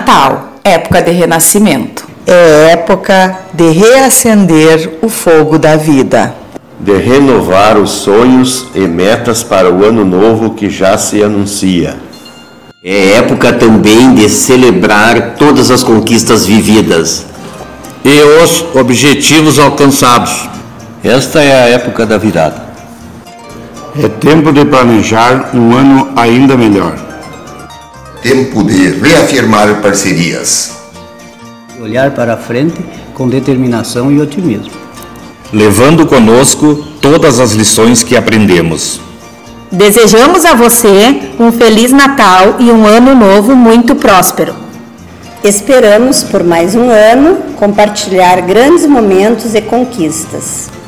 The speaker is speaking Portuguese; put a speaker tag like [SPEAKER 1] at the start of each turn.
[SPEAKER 1] Natal, época de renascimento.
[SPEAKER 2] É época de reacender o fogo da vida,
[SPEAKER 3] de renovar os sonhos e metas para o ano novo que já se anuncia.
[SPEAKER 4] É época também de celebrar todas as conquistas vividas
[SPEAKER 5] e os objetivos alcançados.
[SPEAKER 6] Esta é a época da virada.
[SPEAKER 7] É tempo de planejar um ano ainda melhor.
[SPEAKER 8] Tempo de reafirmar parcerias.
[SPEAKER 9] Olhar para frente com determinação e otimismo.
[SPEAKER 5] Levando conosco todas as lições que aprendemos.
[SPEAKER 10] Desejamos a você um Feliz Natal e um ano novo muito próspero.
[SPEAKER 11] Esperamos, por mais um ano, compartilhar grandes momentos e conquistas.